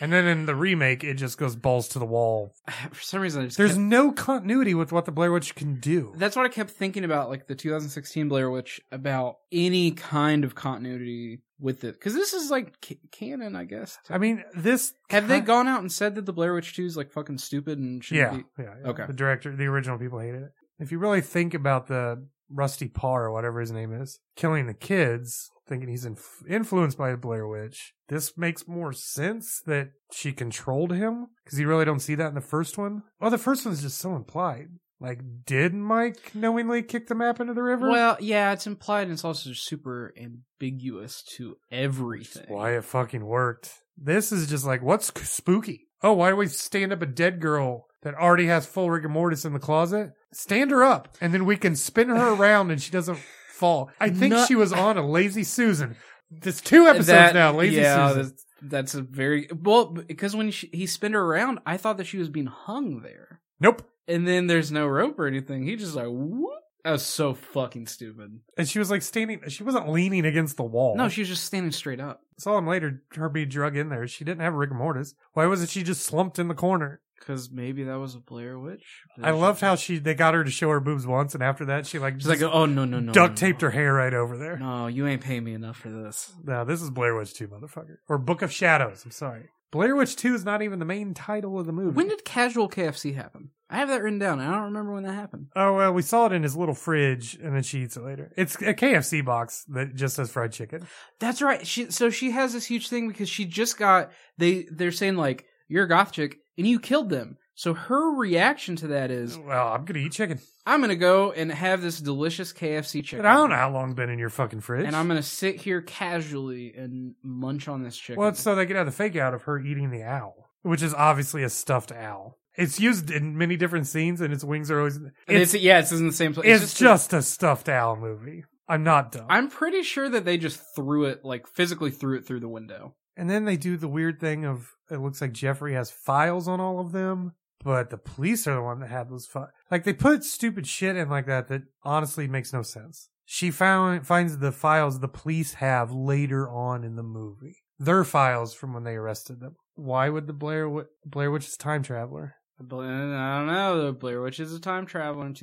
B: And then in the remake, it just goes balls to the wall.
A: For some reason, I just
B: There's
A: kept-
B: no continuity with what the Blair Witch can do.
A: that's what I kept thinking about, like the 2016 Blair Witch, about any kind of continuity with it, because this is like ca- canon, I guess.
B: I mean, this.
A: Have they
B: ki-
A: gone out and said that the Blair Witch 2 is like fucking stupid and should
B: Yeah,
A: be?
B: yeah, yeah.
A: Okay.
B: The director, the original people hated it. If you really think about the Rusty Parr or whatever his name is, killing the kids, thinking he's inf- influenced by the Blair Witch, this makes more sense that she controlled him because you really don't see that in the first one. Well, the first one's just so implied. Like, did Mike knowingly kick the map into the river?
A: Well, yeah, it's implied and it's also super ambiguous to everything.
B: why it fucking worked. This is just like, what's spooky? Oh, why do we stand up a dead girl that already has full rigor mortis in the closet? Stand her up, and then we can spin her around and she doesn't fall. I think
A: No-
B: she was on a Lazy Susan. There's two episodes
A: That-
B: now, Lazy
A: yeah,
B: Susan.
A: That's, that's a very well because when she, he spun her around, I thought that she was being hung there,
B: Nope.
A: and then there's no rope or anything. He just like whoop. That was so fucking stupid.
B: And she was like standing, she wasn't leaning against the wall.
A: No, she was just standing straight up
B: saw him later, her be drug in there. She didn't have rigor mortis. Why wasn't she just slumped in the corner?
A: because maybe that was a Blair Witch.
B: I loved how she, they got her to show her boobs once, and after that, she like,
A: She's like, oh no no no.
B: duct
A: no,
B: taped
A: no.
B: her hair right over there.
A: No, you ain't paying me enough for this.
B: No, this is Blair Witch 2, motherfucker. Or Book of Shadows, I'm sorry. Blair Witch 2 is not even the main title of the movie.
A: When did casual KFC happen? I have that written down. and I don't remember when that happened.
B: Oh, well, we saw it in his little fridge, and then she eats it later. It's a KFC box that just says fried chicken.
A: That's right. She so she has this huge thing because she just got they they're saying like you're a goth chick and you killed them. So her reaction to that is
B: Well, I'm going to eat chicken.
A: I'm gonna go and have this delicious KFC chicken.
B: And I don't know how long it's been in your fucking fridge.
A: And I'm gonna sit here casually and munch on this chicken.
B: Well, it's so they could have the fake out of her eating the owl, which is obviously a stuffed owl. It's used in many different scenes, and its wings are always.
A: And it's,
B: It's, it's,
A: yeah, it's in the same place.
B: just, a stuffed owl movie. I'm not dumb.
A: I'm pretty sure that they just threw it like physically threw it through the window.
B: And then they do the weird thing of it looks like Jeffrey has files on all of them, but the police are the one that had those files. Like they put stupid shit in like that that honestly makes no sense. She found finds the files the police have later on in the movie. Their files from when they arrested them. Why would the Blair Wi- Blair Witch is time traveler?
A: Bla- I don't know. The Blair Witch is a time traveler in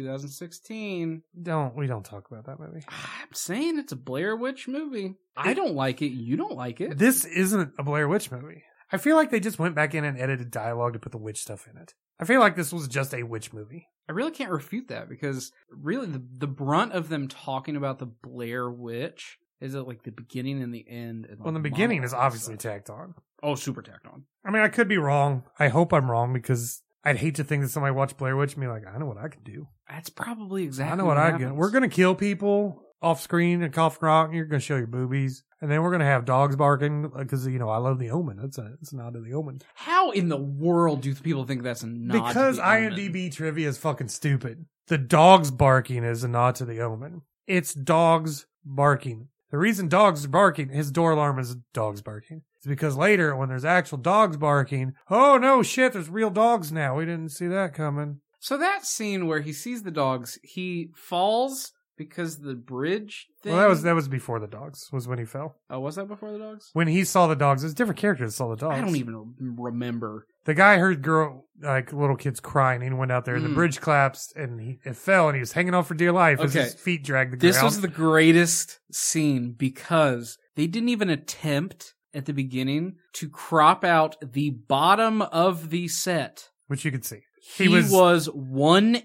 A: 2016.
B: Don't we don't talk about that movie.
A: I'm saying it's a Blair Witch movie. I don't like it. You don't like it.
B: This isn't a Blair Witch movie. I feel like they just went back in and edited dialogue to put the witch stuff in it. I feel like this was just a witch movie.
A: I really can't refute that because really the, the brunt of them talking about the Blair Witch is at like the beginning and the end. And, like,
B: Well, the beginning is
A: monologues
B: obviously
A: and stuff.
B: tacked on.
A: oh, super tacked on.
B: I mean, I could be wrong. I hope I'm wrong because I'd hate to think that somebody watched Blair Witch and be like, I know what I can do.
A: That's probably exactly.
B: I know what, I can. We're gonna kill people off screen and cough and rock. And you're gonna show your boobies, and then we're gonna have dogs barking because you know I love the Omen. That's a it's not the Omen
A: How in the world do people think that's a nod? to
B: because
A: the Omen?
B: IMDb trivia is fucking stupid. The dogs barking is a nod to the Omen. It's dogs barking. The reason dogs are barking, his door alarm is dogs barking. It's because later when there's actual dogs barking, oh no shit, there's real dogs now. We didn't see that coming.
A: So that scene where he sees the dogs, he falls because the bridge. Thing...
B: Well, that was that was before the dogs. Was when he fell.
A: Oh, was that before the dogs?
B: When he saw the dogs, it was different characters saw the dogs.
A: I don't even remember.
B: The guy heard girl like little kids crying and he went out there and
A: Mm.
B: the bridge collapsed and he it fell and he was hanging on for dear life as
A: Okay.
B: his feet dragged the
A: This
B: ground.
A: was the greatest scene because they didn't even attempt at the beginning to crop out the bottom of the set.
B: which you could see.
A: He,
B: He
A: was...
B: was-
A: one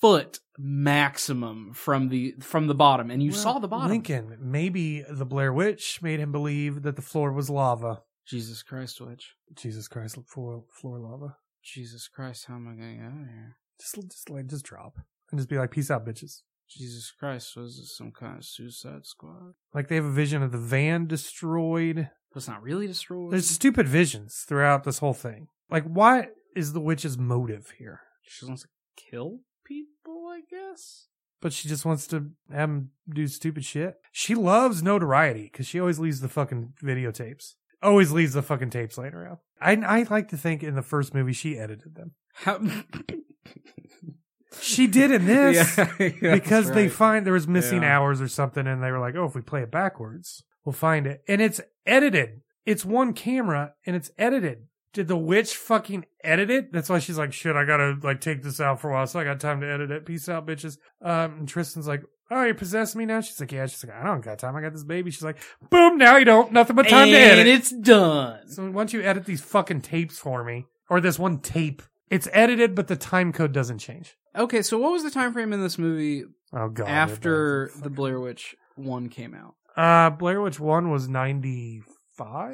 A: foot maximum from the from the bottom, and you
B: Well,
A: saw the bottom.
B: Lincoln, maybe the Blair Witch made him believe that the floor was lava.
A: Jesus Christ, witch!
B: Jesus Christ, floor floor lava.
A: Jesus Christ, how am I gonna get out of here?
B: Just just like just drop and just be like peace out bitches.
A: Jesus Christ, was this some kind of Suicide Squad?
B: Like they have a vision of the van destroyed.
A: But it's not really destroyed.
B: There's stupid visions throughout this whole thing. Like what is the witch's motive here?
A: She wants to kill people, I guess.
B: but she just wants to have him do stupid shit. She loves notoriety because she always leaves the fucking videotapes. Always leaves the fucking tapes laying around. I I like to think in the first movie she edited them.
A: How?
B: She did in this
A: Yeah, yeah, that's
B: because they
A: right.
B: find there was missing
A: Yeah.
B: hours or something, and they were like, "Oh, if we play it backwards, we'll find it." And it's edited. It's one camera and it's edited. Did the witch fucking edit it? That's why she's like, "Shit, I gotta like take this out for a while, so I got time to edit it." Peace out, bitches. Um, and Tristan's like, "Oh, you possess me now?" She's like, "Yeah." She's like, "I don't got time. I got this baby." She's like, "Boom! Now you don't. Nothing but time
A: and
B: to edit."
A: it's done.
B: So once you edit these fucking tapes for me, or this one tape, it's edited, but the time code doesn't change.
A: Okay, so what was the time frame in this movie
B: Oh god! they're
A: after
B: both
A: the Blair Witch one came out?
B: Uh, Blair Witch 1 was 95,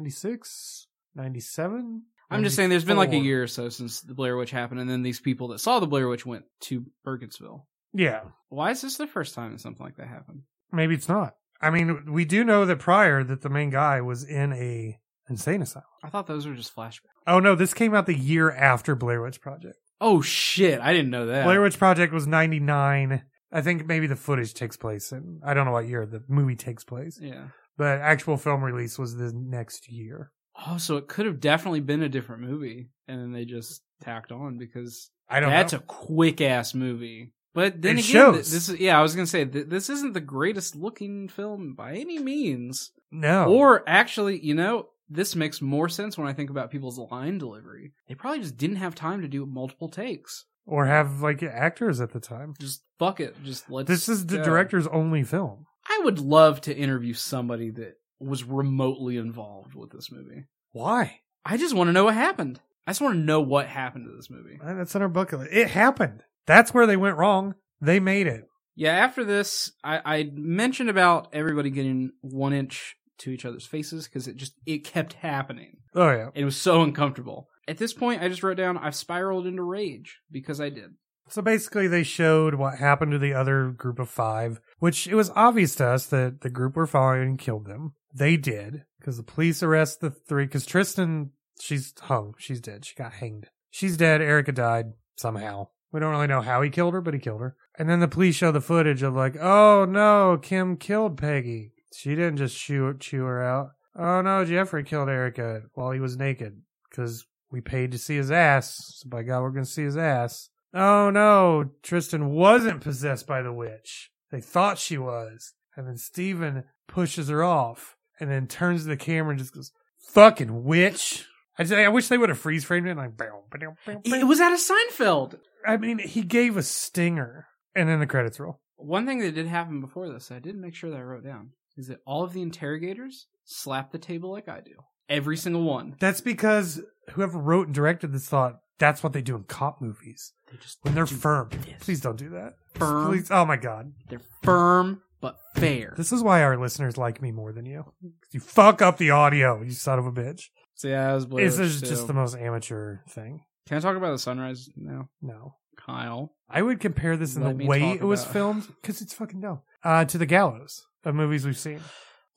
B: 96, 97.
A: I'm just saying, there's been like a
B: 94.
A: year or so since the Blair Witch happened, and then these people that saw the Blair Witch went to Burkittsville.
B: Yeah.
A: Why is this the first time that something like that happened?
B: Maybe it's not. I mean, we do know that prior that the main guy was in a insane asylum.
A: I thought those were just flashbacks.
B: Oh no, this came out the year after Blair Witch Project.
A: Oh shit! I didn't know that.
B: Blair Witch Project was 99. I think maybe the footage takes place in I don't know what year the movie takes place,
A: Yeah.
B: but actual film release was the next year.
A: Oh, so it could have definitely been a different movie, and then they just tacked on because
B: I don't
A: that's
B: know.
A: a quick ass movie. But then
B: It
A: again,
B: shows.
A: th- this is yeah. I was gonna say th- this isn't the greatest looking film by any means,
B: no.
A: or actually, you know, this makes more sense when I think about people's line delivery. They probably just didn't have time to do multiple takes.
B: or have like actors at the time.
A: Just fuck it. Just let's.
B: This is the
A: go.
B: director's only film.
A: I would love to interview somebody that was remotely involved with this movie.
B: Why?
A: I just want to know what happened. I just want to know what happened to this movie.
B: Uh, That's on our bucket list. It happened. That's where they went wrong. They made it.
A: Yeah, after this, I, I mentioned about everybody getting one inch to each other's faces because it just it kept happening.
B: Oh yeah,
A: It was so uncomfortable. At this point, I just wrote down I've spiraled into rage because I did.
B: So basically, they showed what happened to the other group of five, which it was obvious to us that the group we're following killed them. They did, because the police arrest the three, because Tristan, she's hung. She's dead. She got hanged. She's dead. Erica died somehow. We don't really know how he killed her, but he killed her. And then the police show the footage of like, oh no, Kim killed Peggy. She didn't just shoot, chew her out. Oh no, Jeffrey killed Erica while he was naked, because we paid to see his ass. So by God, we're going to see his ass. Oh no, Tristan wasn't possessed by the witch. They thought she was. And then Steven pushes her off and then turns to the camera and just goes, fucking witch. I, just, I wish they would have freeze framed it like, bow, bow, bow, bow.
A: It was out of Seinfeld.
B: I mean, he gave a stinger and then the credits roll.
A: One thing that did happen before this, I did make sure that I wrote down, is that all of the interrogators slap the table like I do. Every single one.
B: That's because whoever wrote and directed this thought, That's what they do in cop movies
A: They just
B: when they're
A: do
B: firm.
A: this.
B: Please don't do that.
A: Firm.
B: Please. Oh my god.
A: They're firm but fair.
B: This is why our listeners like me more than you. 'Cause You fuck up the audio, you son of a bitch.
A: so yeah, that was Blair
B: This
A: Witch
B: is just
A: too.
B: the most amateur thing.
A: Can I talk about the sunrise now,
B: No.
A: Kyle?
B: I would compare this in
A: Let
B: the
A: me
B: way
A: talk
B: it was
A: about-
B: filmed, because it's fucking dumb, uh, to the gallows of movies we've seen.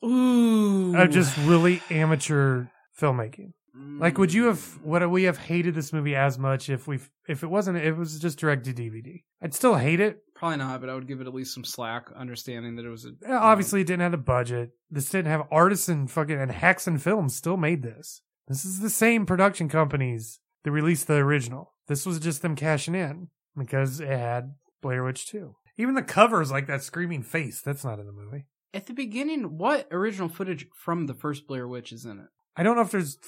A: Ooh,
B: Of just really amateur filmmaking. Like, would
A: Mm.
B: you have would we have hated this movie as much if we if it wasn't if it was just direct to DVD? I'd still hate it.
A: probably not? But I would give it at least some slack, understanding that it was a,
B: Uh, Obviously, it didn't have the budget. This didn't have artists and fucking and Haxon Films still made this. This is the same production companies that released the original. This was just them cashing in because it had Blair Witch 2. Even the covers, like that screaming face, that's not in the movie.
A: at the beginning. What original footage from the first Blair Witch is in it?
B: I don't know if there's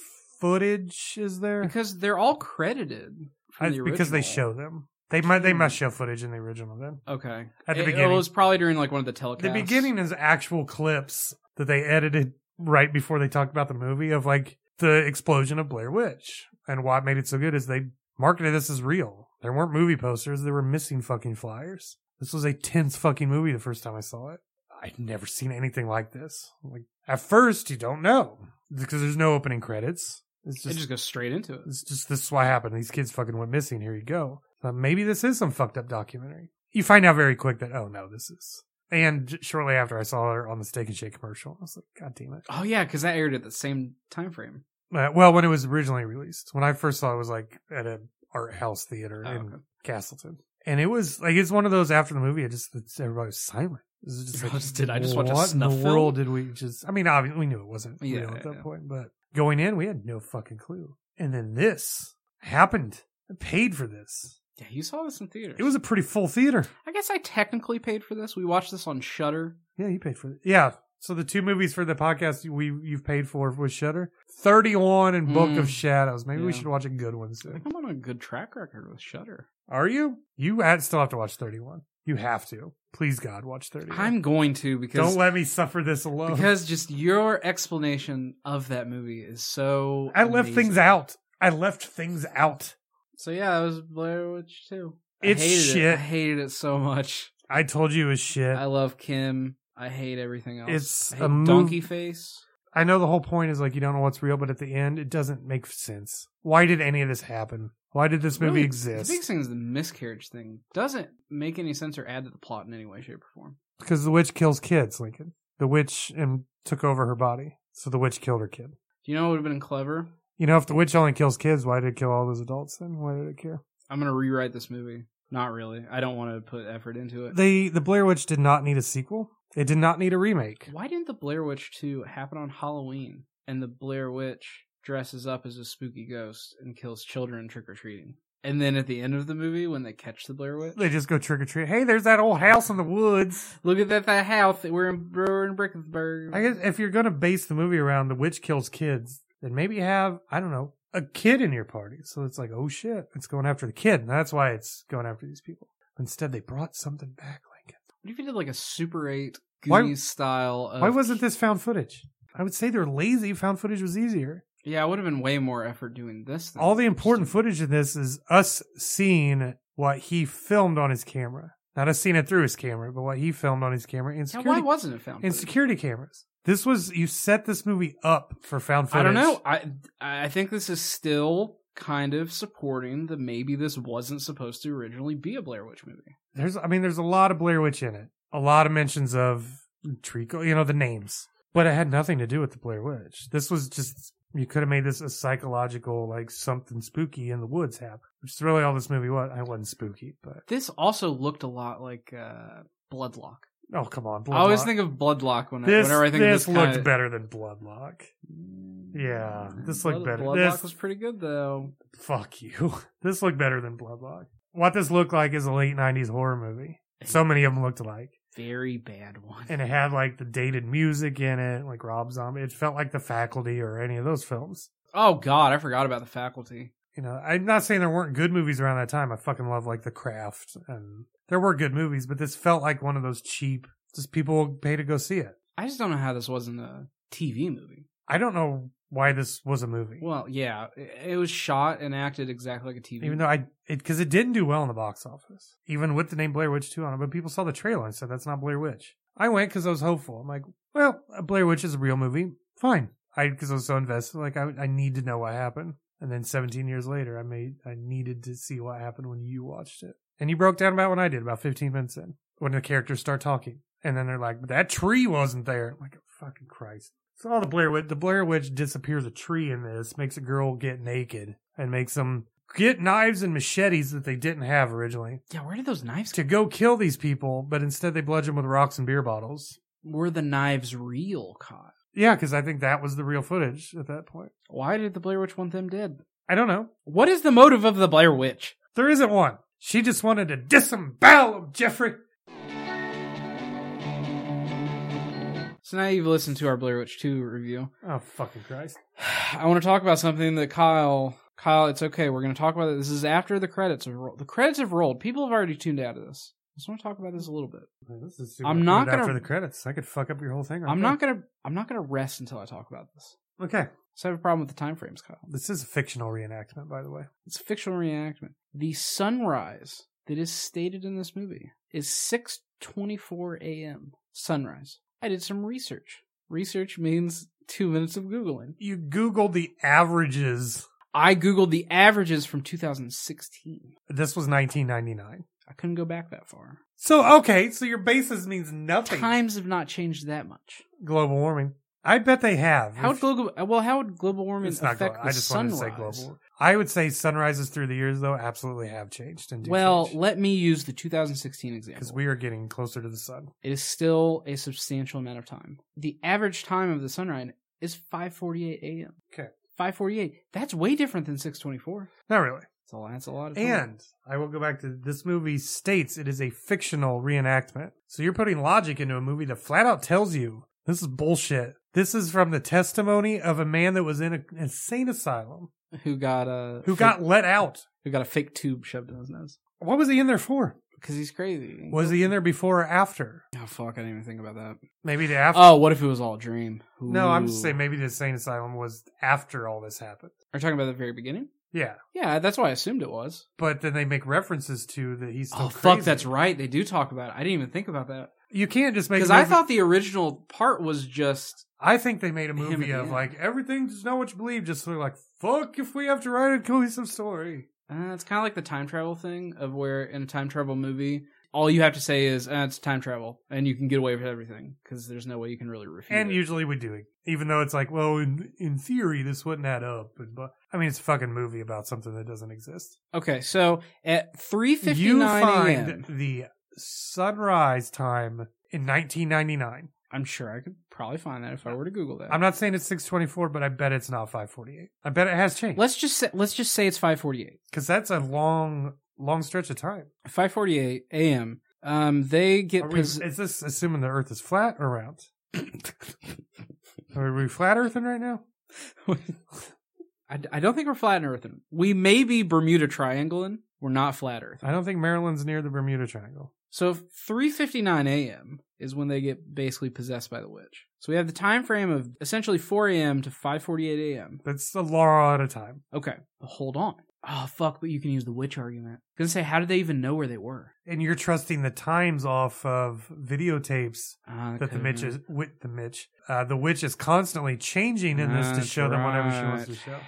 B: footage. Is there?
A: Because they're all credited from
B: I-
A: the original.
B: because they show them. They might. They
A: Hmm.
B: must show footage in the original then.
A: Okay.
B: At the
A: It-
B: beginning.
A: It was probably during like one of the telecasts.
B: The beginning is actual clips that they edited right before they talked about the movie of like the explosion of Blair Witch. And what made it so good is they marketed this as real. There weren't movie posters, there were missing fucking flyers. This was a tense fucking movie the first time I saw it. I'd never seen anything like this. Like at first you don't know because there's no opening credits. It's
A: It
B: just
A: just goes straight into it.
B: it's just this is what happened. These kids fucking went missing. Here you go. Uh, maybe this is some fucked up documentary. You find out very quick that oh no, this is. And j- shortly after, I saw her on the Steak and Shake commercial. I was like, God damn it!
A: Oh yeah, because that aired at the same time frame.
B: Uh, well, when it was originally released, when I first saw it, it was like at a art house theater
A: Oh,
B: in
A: okay.
B: Castleton, and it was like it's one of those after the movie. It just it's, everybody was silent. It was just like,
A: Did I just watch a
B: what in the
A: snuff film?
B: world did we just? I mean, obviously we knew it wasn't
A: Yeah,
B: real at
A: yeah,
B: that
A: yeah.
B: point, but going in, we had no fucking clue. And then this happened. I paid for this.
A: Yeah, you saw this in theaters.
B: It was a pretty full theater.
A: I guess I technically paid for this. We watched this on Shutter.
B: Yeah, you paid for it. Yeah. So the two movies for the podcast we you've paid for was Shutter, Thirty One, and Book
A: Mm.
B: of Shadows. Maybe we
A: Yeah.
B: should watch a good one
A: I
B: soon.
A: think I'm on a good track record with Shutter.
B: Are you? You ha- still have to watch Thirty One. You have to. Please God, watch Thirty One.
A: I'm going to because
B: Don't let me suffer this alone.
A: because just your explanation of that movie is so.
B: I left
A: amazing.
B: things out. I left things out.
A: So yeah, it was Blair Witch too. I
B: It's
A: hated It.
B: shit.
A: I hated it so much.
B: I told you it was shit.
A: I love Kim. I hate everything else.
B: It's
A: I
B: a
A: hate
B: mov-
A: donkey face.
B: I know the whole point is like you don't know what's real, but at the end, it doesn't make sense. Why did any of this happen? Why did this movie
A: Really,
B: exist?
A: The biggest thing is the miscarriage thing doesn't make any sense or add to the plot in any way, shape, or form.
B: Because the witch kills kids, Lincoln. The witch and took over her body, so the witch killed her kid.
A: Do you know what would have been clever?
B: You know, if the witch only kills kids, why did it kill all those adults? Then why did it care?
A: I'm gonna rewrite this movie. Not really. I don't want to put effort into it.
B: The the Blair Witch did not need a sequel. It did not need a remake.
A: Why didn't the Blair Witch 2 happen on Halloween and the Blair Witch dresses up as a spooky ghost and kills children trick or treating? And then at the end of the movie, when they catch the Blair Witch,
B: They just go trick or treat. Hey, there's that old house in the woods.
A: look at that, that house that we're in, we're in Brickensburg.
B: I guess if you're gonna base the movie around the witch kills kids, then maybe have I don't know a kid in your party. So it's like, oh shit, it's going after the kid, and that's why it's going after these people. Instead, they brought something back, Lincoln.
A: What if you did like a Super 8
B: Why-
A: Goonies style? Of,
B: Why wasn't this found footage? I would say they're lazy. Found footage was easier.
A: Yeah, it would have been way more effort doing this. than
B: All the
A: just
B: important
A: doing-
B: footage in this is us seeing what he filmed on his camera. Not us seeing it through his camera, but what he filmed on his camera and
A: Yeah,
B: security,
A: why wasn't it found?
B: and
A: footage?
B: security cameras. This was, you set this movie up for found footage.
A: I don't know. I I think this is still kind of supporting the maybe this wasn't supposed to originally be a Blair Witch movie.
B: There's, I mean, there's a lot of Blair Witch in it. A lot of mentions of Trico, you know, the names. But it had nothing to do with the Blair Witch. This was just, you could have made this a psychological, like something spooky in the woods happen, which is really all this movie was. I wasn't spooky, but
A: This also looked a lot like uh, Bloodlock.
B: oh, come on.
A: I always
B: Bloodlock.
A: think of Bloodlock when I,
B: this,
A: whenever I think
B: this,
A: of this
B: looked
A: kinda- Mm,
B: better than Bloodlock. Yeah, this looked better.
A: Bloodlock
B: This-
A: was pretty good though.
B: Fuck you. This looked better than Bloodlock. What this looked like is a late '90s horror movie. So many of them looked alike,
A: Very bad one.
B: and it had like the dated music in it, like Rob Zombie. It felt like The Faculty or any of those films.
A: oh God, I forgot about the faculty.
B: You know, I'm not saying there weren't good movies around that time. I fucking love like The Craft, and there were good movies, but this felt like one of those cheap, just people pay to go see it.
A: I just don't know how this wasn't a TV movie.
B: I don't know why this was a movie.
A: Well, yeah, it it was shot and acted exactly like a TV.
B: even though I it because it didn't do well in the box office, even with the name Blair Witch Two on it. But people saw the trailer and said that's not Blair Witch. I went because I was hopeful. I'm like, well, Blair Witch is a real movie. Fine. I because I was so invested, like I I need to know what happened. And then 17 years later, I made I needed to see what happened when you watched it, and you broke down about what I did about 15 minutes in when the characters start talking, and then they're like, but that tree wasn't there. I'm like, "Oh, fucking Christ. So all the Blair Witch, the Blair Witch disappears a tree in this, makes a girl get naked, and makes them get knives and machetes that they didn't have originally
A: yeah, where did those knives?
B: to go kill these people, but instead they bludgeon with rocks and beer bottles.
A: Were the knives real, Kyle?
B: Yeah, because I think that was the real footage at that point.
A: Why did the Blair Witch want them dead?
B: I don't know.
A: What is the motive of the Blair Witch?
B: There isn't one. She just wanted to disembowel him, Jeffrey.
A: So now you've listened to our Blair Witch 2 review.
B: Oh fucking Christ!
A: I want to talk about something that Kyle, Kyle, it's okay. We're going to talk about it. This is after the credits have rolled. The credits have rolled. People have already tuned out of this. I just want to talk about this a little bit.
B: This is
A: I'm not gonna-
B: after the credits. I could fuck up your whole thing. Right
A: I'm not going to, I'm not going to rest until I talk about this.
B: gonna. Okay,
A: So I have a problem with the time frames, Kyle.
B: this is a fictional reenactment, by the way.
A: It's a fictional reenactment. The sunrise that is stated in this movie is 6:24 a.m. sunrise. I did some research. Research means 2 minutes of googling.
B: You googled the averages.
A: I googled the averages from 2016.
B: This was 1999.
A: I couldn't go back that far.
B: So okay, so your basis means nothing.
A: Times have not changed that much.
B: global warming. I bet they have.
A: How would
B: If-
A: global well how would global warming
B: it's not
A: affect
B: global.
A: the
B: I just
A: sunrise?
B: wanted to say global. warming. I would say sunrises through the years though absolutely have changed and do
A: Well, let me use the 2016
B: because
A: example.
B: we are getting closer to the sun.
A: it is still a substantial amount of time. The average time of the sunrise is 5:48 a.m.
B: Okay.
A: 5:48. That's way different than 6:24.
B: Not really.
A: That's a lot. That's a lot of time.
B: And I will go back to this movie states it is a fictional reenactment. So you're putting logic into a movie that flat out tells you this is bullshit. This is from the testimony of a man that was in an insane asylum
A: who got a
B: who
A: fake-
B: got let out.
A: who got a fake tube shoved in his nose
B: What was he in there for?
A: because he's crazy.
B: Was he in there before or after?
A: Oh fuck! I didn't even think about that.
B: Maybe the after.
A: Oh, what if it was all a dream?
B: No, I'm just
A: Ooh.
B: saying maybe the insane asylum was after all this happened.
A: Are you talking about the very beginning?
B: Yeah,
A: Yeah, that's why I assumed it was.
B: but then they make references to that he's still
A: oh fuck,
B: crazy.
A: that's right. They do talk about it. I didn't even think about that
B: You can't just make
A: because
B: a
A: I
B: movie-
A: thought the original part was just
B: I think they made a
A: Him at
B: movie
A: the
B: of
A: end.
B: like everything. Just know what you believe. Just sort of like fuck if we have to write a cohesive story.
A: Uh, it's kind of like the time travel thing of where in a time travel movie, all you have to say is uh, it's time travel, and you can get away with everything because there's no way you can really refute.
B: And
A: it.
B: usually we do it, even though it's like, well, in in theory this wouldn't add up. And, but I mean, it's a fucking movie about something that doesn't exist.
A: okay, so at three fifty
B: You
A: nine
B: find
A: a.m.,
B: the sunrise time in 1999.
A: I'm sure I could probably find that if I were to Google that.
B: I'm not saying it's 6:24, but I bet it's not 5:48. I bet it has changed
A: let's just say, let's just say it's five forty eight.
B: because that's a long, long stretch of time.
A: Five forty eight a.m. Um, they
B: Are
A: get
B: we,
A: pos-
B: is this assuming the Earth is flat or round? Are we flat earthing right now?
A: I, I don't think we're flat earthing. We may be Bermuda triangling. We're not flat earth.
B: I don't think Maryland's near the Bermuda Triangle.
A: So 3:59 a.m. is when they get basically possessed by the witch. So we have the time frame of essentially 4 a.m. to 5:48 a.m.
B: That's a lot of time.
A: Okay, but hold on. Oh fuck, but you can use the witch argument. Gonna say, how did they even know where they were?
B: And you're trusting the times off of videotapes
A: Uh,
B: that the
A: could've
B: Mitch
A: been-
B: is with the Mitch. Uh, the witch is constantly changing in this to
A: That's
B: show them whatever she wants to
A: right.
B: show.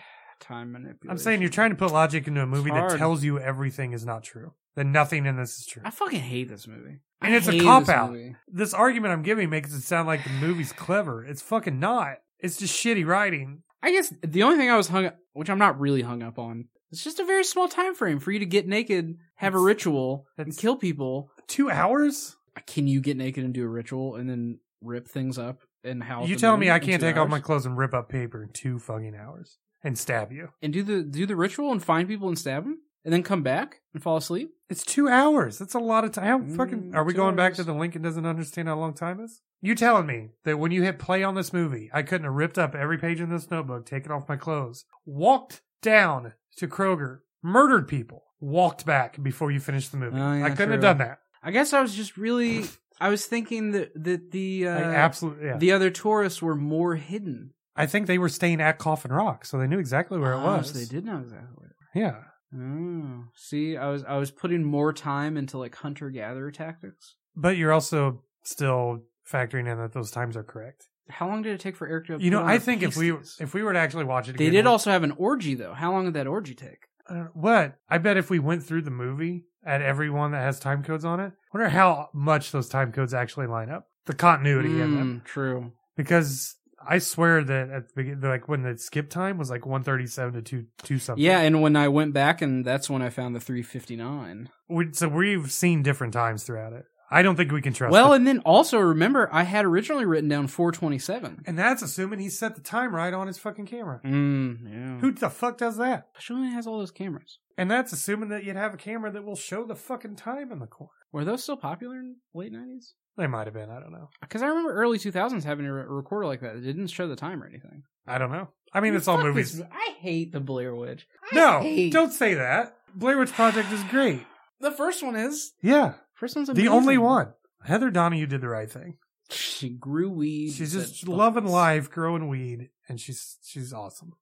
A: time manipulation.
B: I'm saying you're trying to put logic into a movie that
A: hard.
B: tells you everything is not true. That nothing in this is true.
A: I fucking hate this movie.
B: And
A: I
B: it's a
A: hate
B: cop
A: this
B: out.
A: movie.
B: This argument I'm giving makes it sound like the movie's clever. It's fucking not. It's just shitty writing.
A: I guess the only thing I was hung up, which I'm not really hung up on, it's just a very small time frame for you to get naked, have a
B: That's-
A: ritual, and
B: that's-
A: kill people.
B: Two hours?
A: can you get naked and do a ritual and then rip things up and howl?
B: You tell me I can't take off my clothes and rip up paper in two fucking hours and stab you.
A: and do the do the ritual and find people and stab them and then come back and fall asleep.
B: It's two hours. That's a lot of time. How fucking
A: Mm,
B: are we
A: two
B: going back to
A: hours.
B: the Lincoln doesn't understand how long time is? You telling me that when you hit play on this movie, I couldn't have ripped up every page in this notebook, taken off my clothes, walked down to Kroger, murdered people, walked back before you finished the movie.
A: Oh, yeah,
B: I couldn't have
A: true.
B: done that.
A: I guess I was just really I was thinking that that the uh,
B: Like, absolutely. Yeah.
A: the other tourists were more hidden.
B: I think they were staying at Coffin Rock, so they knew exactly where it
A: Ah,
B: was.
A: so they did know exactly where it
B: Yeah.
A: was. Oh. See, I was I was putting more time into like hunter gatherer tactics.
B: But you're also still factoring in that those times are correct.
A: How long did it take for Eric to
B: You know,
A: put on
B: I
A: her
B: think if we
A: pasties?
B: if we were to actually watch it,
A: they
B: again,
A: did
B: we-
A: also have an orgy though. How long did that orgy take?
B: uh, what I bet if we went through the movie at every one that has time codes on it, wonder how much those time codes actually line up. The continuity in them.
A: Mm, true.
B: because I swear that at the beginning, like when the skip time was like one thirty-seven to two two something.
A: Yeah, and when I went back, and that's when I found the 359.
B: we, so we've seen different times throughout it. I don't think we can trust.
A: Well,
B: it.
A: and then also remember, I had originally written down 427.
B: and that's assuming he set the time right on his fucking camera.
A: Mm, yeah.
B: Who the fuck does that?
A: Shulman has all those cameras.
B: And that's assuming that you'd have a camera that will show the fucking time in the corner.
A: Were those still popular in late 90s?
B: They might have been. I don't know.
A: Because I remember early 2000s having a re- recorder like that. It didn't show the time or anything.
B: I don't know. I mean, it's all
A: Fuck
B: movies.
A: this- I hate the Blair Witch. I
B: no,
A: hate-
B: don't say that. Blair Witch Project is great.
A: The first one is.
B: Yeah,
A: First one's
B: the
A: amazing.
B: only one. Heather Donahue did the right thing.
A: She grew weed.
B: She's
A: said
B: just
A: fuck
B: loving
A: this.
B: life, growing weed, and she's she's awesome.